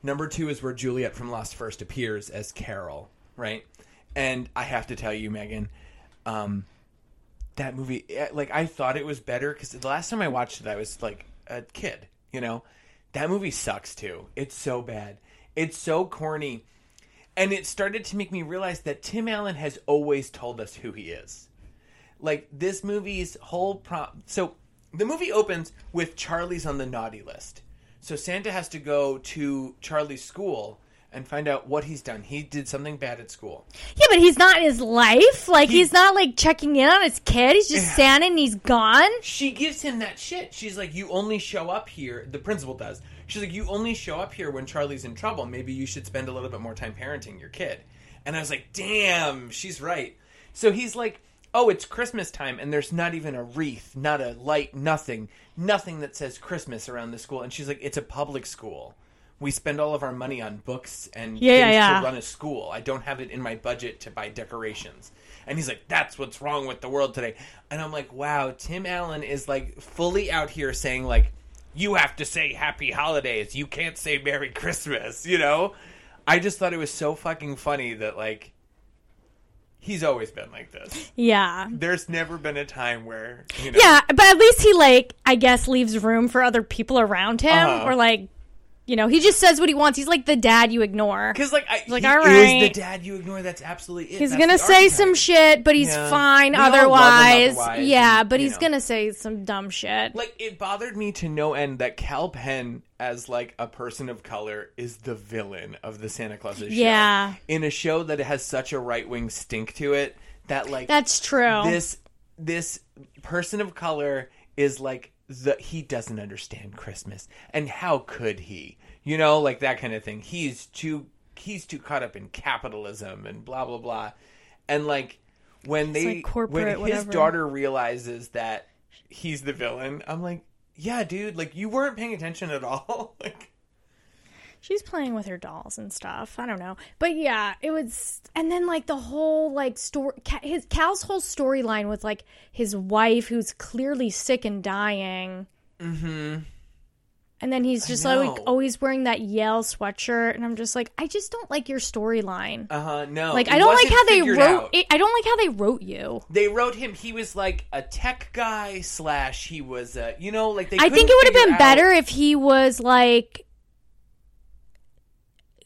Number two is where Juliet from Lost first appears as Carol, right? And I have to tell you, Megan, um, that movie, eh, like I thought it was better because the last time I watched it, I was like a kid. You know, that movie sucks too. It's so bad. It's so corny. And it started to make me realize that Tim Allen has always told us who he is. Like this movie's whole prop. So the movie opens with Charlie's on the naughty list. So Santa has to go to Charlie's school and find out what he's done. He did something bad at school. Yeah, but he's not in his life. Like he's not like checking in on his kid. He's just standing. and He's gone. She gives him that shit. She's like, "You only show up here." The principal does. She's like, "You only show up here when Charlie's in trouble. Maybe you should spend a little bit more time parenting your kid." And I was like, "Damn, she's right." So he's like, "Oh, it's Christmas time, and there's not even a wreath, not a light, nothing, nothing that says Christmas around the school." And she's like, "It's a public school." We spend all of our money on books and Yeah, yeah, things yeah. to run a school. I don't have it in my budget to buy decorations. And he's like, that's what's wrong with the world today. And I'm like, wow, Tim Allen is like fully out here saying, like, you have to say happy holidays. You can't say Merry Christmas, you know? I just thought it was so fucking funny that, like, he's always been like this. Yeah. There's never been a time where, you know. Yeah, but at least he like I guess leaves room for other people around him Uh-huh. or like you know, he just says what he wants. He's like the dad you ignore. Because, like, I, Like, he all is the right. dad you ignore. That's absolutely it. He's That's going to the say archetype. some shit, but he's Yeah. fine We all love him otherwise. otherwise, Yeah, and, but you he's know. going to say some dumb shit. like it bothered me to no end that Cal Penn as like a person of color is the villain of the Santa Claus show. Yeah. In a show that has such a right wing stink to it that like That's true. this this person of color is like the he doesn't understand Christmas and how could he? You know, like that kind of thing. He's too he's too caught up in capitalism and blah blah blah. And like when they like corporate, when his whatever. daughter realizes that he's the villain, I'm like, yeah, dude, like you weren't paying attention at all. like She's playing with her dolls and stuff. I don't know. But yeah, it was and then like the whole like story Ca- his Cal's whole storyline with like his wife who's clearly sick and dying. Mhm. And then he's just like Mm-hmm. know. always wearing that Yale sweatshirt and I'm just like I just don't like your storyline. uh no. like it I don't like wasn't how they figured wrote out. it, I don't like how they wrote you. They wrote him. He was like a tech guy slash. He was, uh, you know, like they. I think it couldn't would have figure been out- better if he was like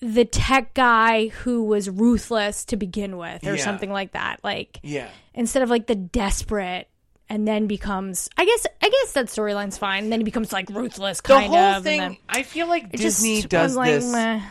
the tech guy who was ruthless to begin with or Yeah. something like that. Like Yeah, instead of like the desperate and then becomes I guess I guess that storyline's fine. And then he becomes like ruthless the kind whole of and thing. then- I feel like it Disney just does was like, this. meh.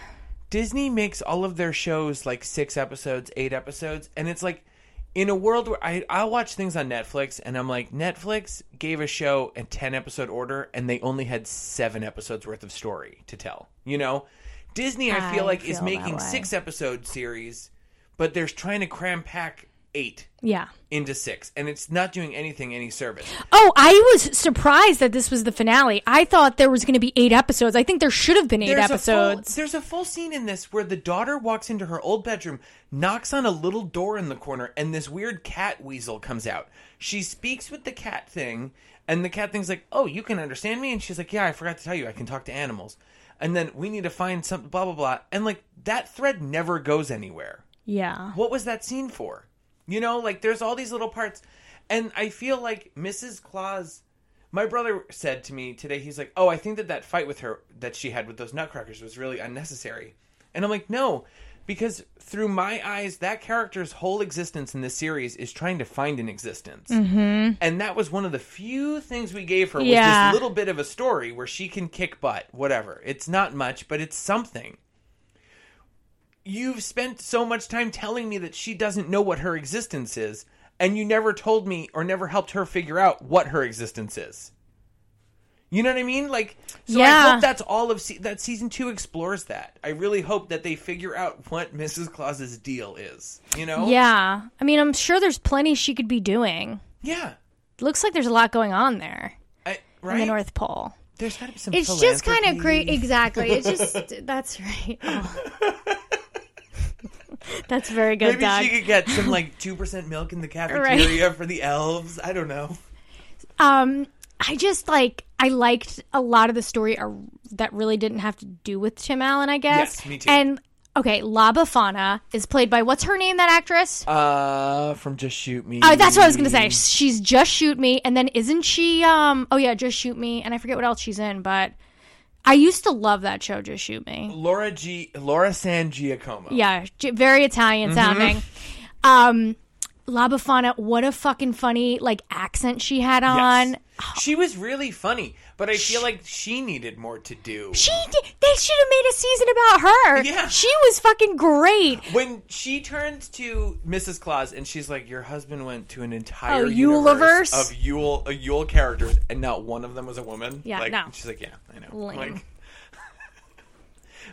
Disney makes all of their shows like six episodes, eight episodes, and it's like in a world where I I watch things on Netflix and I'm like Netflix gave a show a ten episode order and they only had seven episodes worth of story to tell. You know, Disney I feel I like is feel that making way. six episode series, but they're trying to cram pack eight Yeah. into six, and it's not doing anything any service. Oh, I was surprised that this was the finale. I thought there was going to be eight episodes. I think there should have been eight A full, episodes. there's a full scene in this where the daughter walks into her old bedroom, knocks on a little door in the corner, and this weird cat weasel comes out. She speaks with the cat thing, and the cat thing's like, "Oh, you can understand me," and she's like, "Yeah, I forgot to tell you, I can talk to animals." And then we need to find some blah blah blah, and like that thread never goes anywhere yeah. what was that scene for? You know, like there's all these little parts, and I feel like Mrs. Claus. My brother said to me today, he's like, "Oh, I think that that fight with her that she had with those nutcrackers was really unnecessary," and I'm like, "No." Because through my eyes, that character's whole existence in this series is trying to find an existence, and that was one of the few things we gave her was Mm-hmm. Yeah. this little bit of a story where she can kick butt, whatever. It's not much, but it's something you've spent so much time telling me that she doesn't know what her existence is and you never told me or never helped her figure out what her existence is you know what i mean like so i Yeah. hope that's all of se- that season two explores that i really hope that they figure out what mrs claus's deal is you know Yeah. I mean, I'm sure there's plenty she could be doing. yeah Looks like there's a lot going on there I, in right the North Pole. there's gotta be some It's just kind of philanthropy. great. Exactly. It's just that's right. Oh. that's very good, maybe Doug. she could get some like 2% milk in the cafeteria for the elves i don't know Um, I just like I liked a lot of the story ar- that really didn't have to do with Tim Allen. I guess. Yes, me too. And okay, La Bafana is played by what's her name? That actress. uh from just shoot me Oh, that's what I was gonna say. Mm. She's just shoot me, and then isn't she? Um, oh yeah, just shoot me, and I forget what else she's in, but I used to love that show, Just Shoot Me. Laura G. Laura San Giacomo. Mm-hmm. Yeah, G- very Italian sounding. Um, Labafana, what a fucking funny like accent she had on. She was really funny, but I feel like she needed more to do. She did, they should have made a season about her. Yeah. She was fucking great. When she turns to Mrs. Claus and she's like, "Your husband went to an entire Oh, universe Yuleverse? of Yule uh, Yule characters, and not one of them was a woman." Yeah, like, no. She's like, "Yeah, I know." Lame. Like-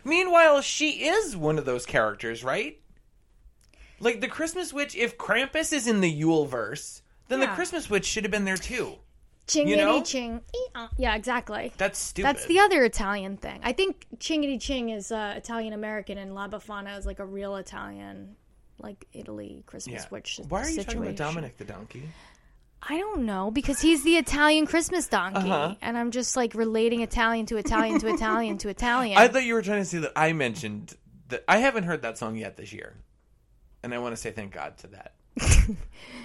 Meanwhile, she is one of those characters, right? Like the Christmas Witch. If Krampus is in the Yule verse, then the Yeah. Christmas Witch should have been there too. Chingity know? ching. E-uh. Ee-ah. Yeah, exactly. That's stupid. That's the other Italian thing. I think chingity ching is uh, Italian American and Labafana is like a real Italian, like Italy Christmas witch. Why are you situation. talking about Dominic the donkey? I don't know because he's the Italian Christmas donkey, Uh-huh. and I'm just like relating Italian to Italian to Italian to Italian. I thought you were trying to say that I mentioned that I haven't heard that song yet this year, and I want to say thank God to that.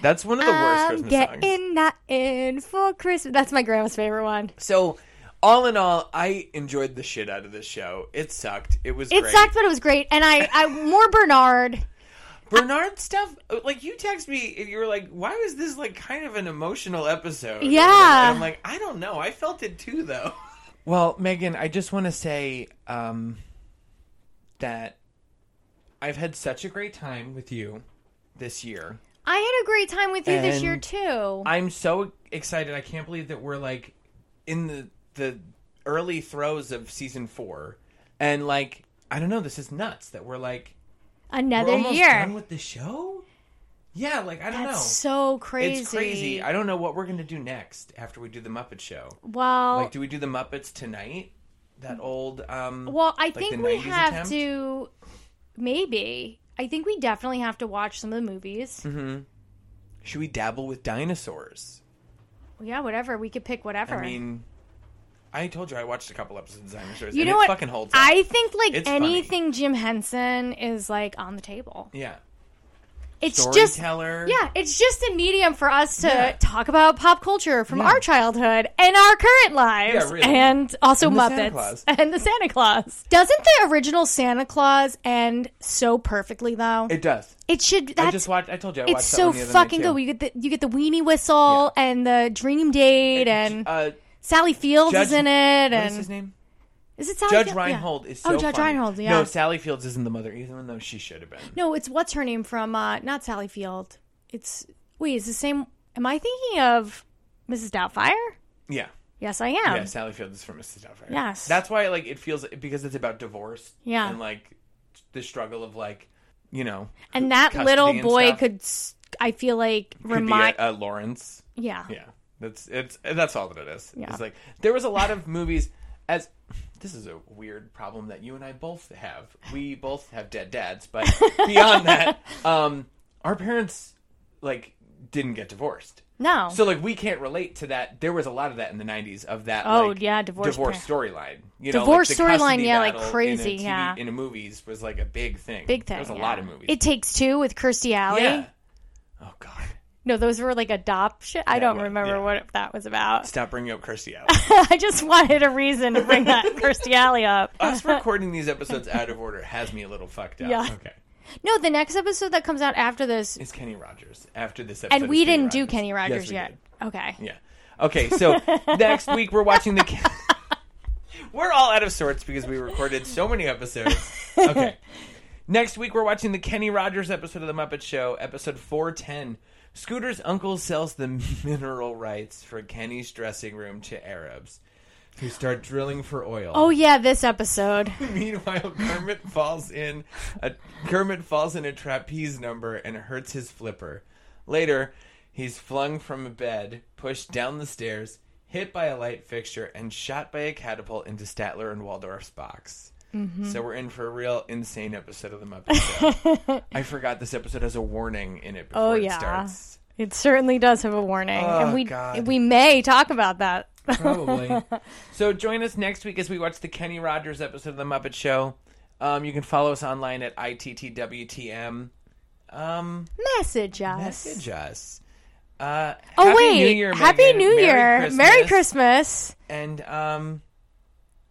That's one of the worst I'm Christmas songs. getting that in for Christmas. That's my grandma's favorite one. So, all in all, I enjoyed the shit out of this show. It sucked. It was It great. sucked, but it was great. And I, I more Bernard. Bernard stuff. Like you text me, and you were like, "Why was this like kind of an emotional episode?" Yeah. and I'm like, I don't know. I felt it too, though. Well, Megan, I just want to say um, that I've had such a great time with you this year. I had a great time with you this And year too. I'm so excited. I can't believe that we're like in the the early throes of season four, and like I don't know. This is nuts that we're like we're Another almost year. done with the show. Yeah, like I don't That's know. so crazy. It's crazy. I don't know what we're gonna do next after we do the Muppet Show. well, Like, do we do the Muppets tonight? That old. um well, I like the think we 90s have attempt? to. Maybe I think we definitely have to watch some of the movies. Should we dabble with dinosaurs? Well, yeah, whatever. We could pick whatever. Mm-hmm. I mean, I told you I watched a couple episodes of dinosaurs. you and know it what? Fucking holds. up. I think like It's funny. anything Jim Henson is like on the table. yeah. It's just Storyteller. Yeah, it's just a medium for us to Yeah. talk about pop culture from Yeah. our childhood and our current lives, Yeah, really. and also And the Santa Muppets Claus. and the Santa Claus. Doesn't the original Santa Claus end so perfectly though? It, It does. should. That's, I just watched. I told you I watched It's that so one the other fucking night, too. good. You get the you get the weenie whistle and the dream date, and Uh, Sally Fields Judge- is in it. what And is his name? Is it Sally? Judge Field- yeah. Reinhold is so oh, Judge funny. Reinhold. Yeah. No, Sally Fields isn't the mother, even though she should have been. No, it's what's her name from uh not Sally Field. It's wait, is the same am I thinking of Mrs. Doubtfire? Yeah. Yes, I am. Yeah, Sally Field is from Mrs. Doubtfire. Yes. that's why like it feels because it's about divorce. Yeah. and like the struggle of like you know and that custody little and boy stuff. could s- I feel like could be remind a, a Lawrence. yeah. Yeah, that's it's that's all that it is. Yeah. It's like there was a lot of movies as this is a weird problem that you and I both have. We both have dead dads, but beyond that, um, our parents like didn't get divorced. No. So like we can't relate to that. There was a lot of that in the '90s of that. Oh, like, yeah, divorce divorce storyline. You Divorce know, like, the storyline, custody yeah, like battle crazy, In a TV yeah. in a movies was like a big thing. Big thing. There was a yeah. lot of movies. It takes two with Kirstie Alley. yeah. Oh God! No, those were like adoption. I don't well, remember yeah. what that was about. Stop bringing up Kirstie Alley. I just wanted a reason to bring that Kirstie Alley up. Us recording these episodes out of order has me a little fucked up. Yeah. Okay. No, the next episode that comes out after this, It's Kenny Rogers after this episode. and is we didn't do Rogers. Kenny Rogers Yes, we yet. did. Okay. Yeah. Okay, so next week we're watching the. Ken- we're all out of sorts because we recorded so many episodes. Okay. Next week we're watching the Kenny Rogers episode of The Muppet Show, episode 410. Scooter's uncle sells the mineral rights for Kenny's dressing room to Arabs who start drilling for oil. Oh yeah, this episode. Meanwhile, Kermit falls in a Kermit falls in a trapeze number and hurts his flipper. Later, he's flung from a bed, pushed down the stairs, hit by a light fixture, and shot by a catapult into Statler and Waldorf's box. Mm-hmm. So we're in for a real insane episode of the Muppet Show. I forgot this episode has a warning in it before Oh it yeah. starts. It certainly does have a warning, and Oh, we God. we may talk about that. Probably. so join us next week as we watch the Kenny Rogers episode of The Muppet Show. Um, you can follow us online at ITTWTM. Um, Message us. message us. Uh, Oh Happy wait, New Year, Happy Megan. New Merry Year, Christmas. Merry Christmas, And um,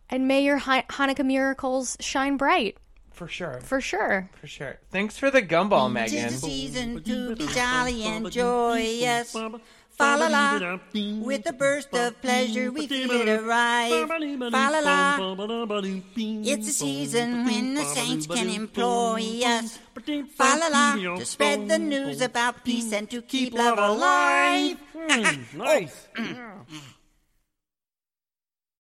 and may your Han- Hanukkah miracles shine bright. for sure. for sure. For sure. Thanks for the gumball, Megan. Tis the season to be jolly and joyous. Fa la la, with a burst of pleasure we feel it arrive. Fa la la, it's a season when the saints can employ us. Fa la la, to spread the news about peace and to keep love alive. Nice.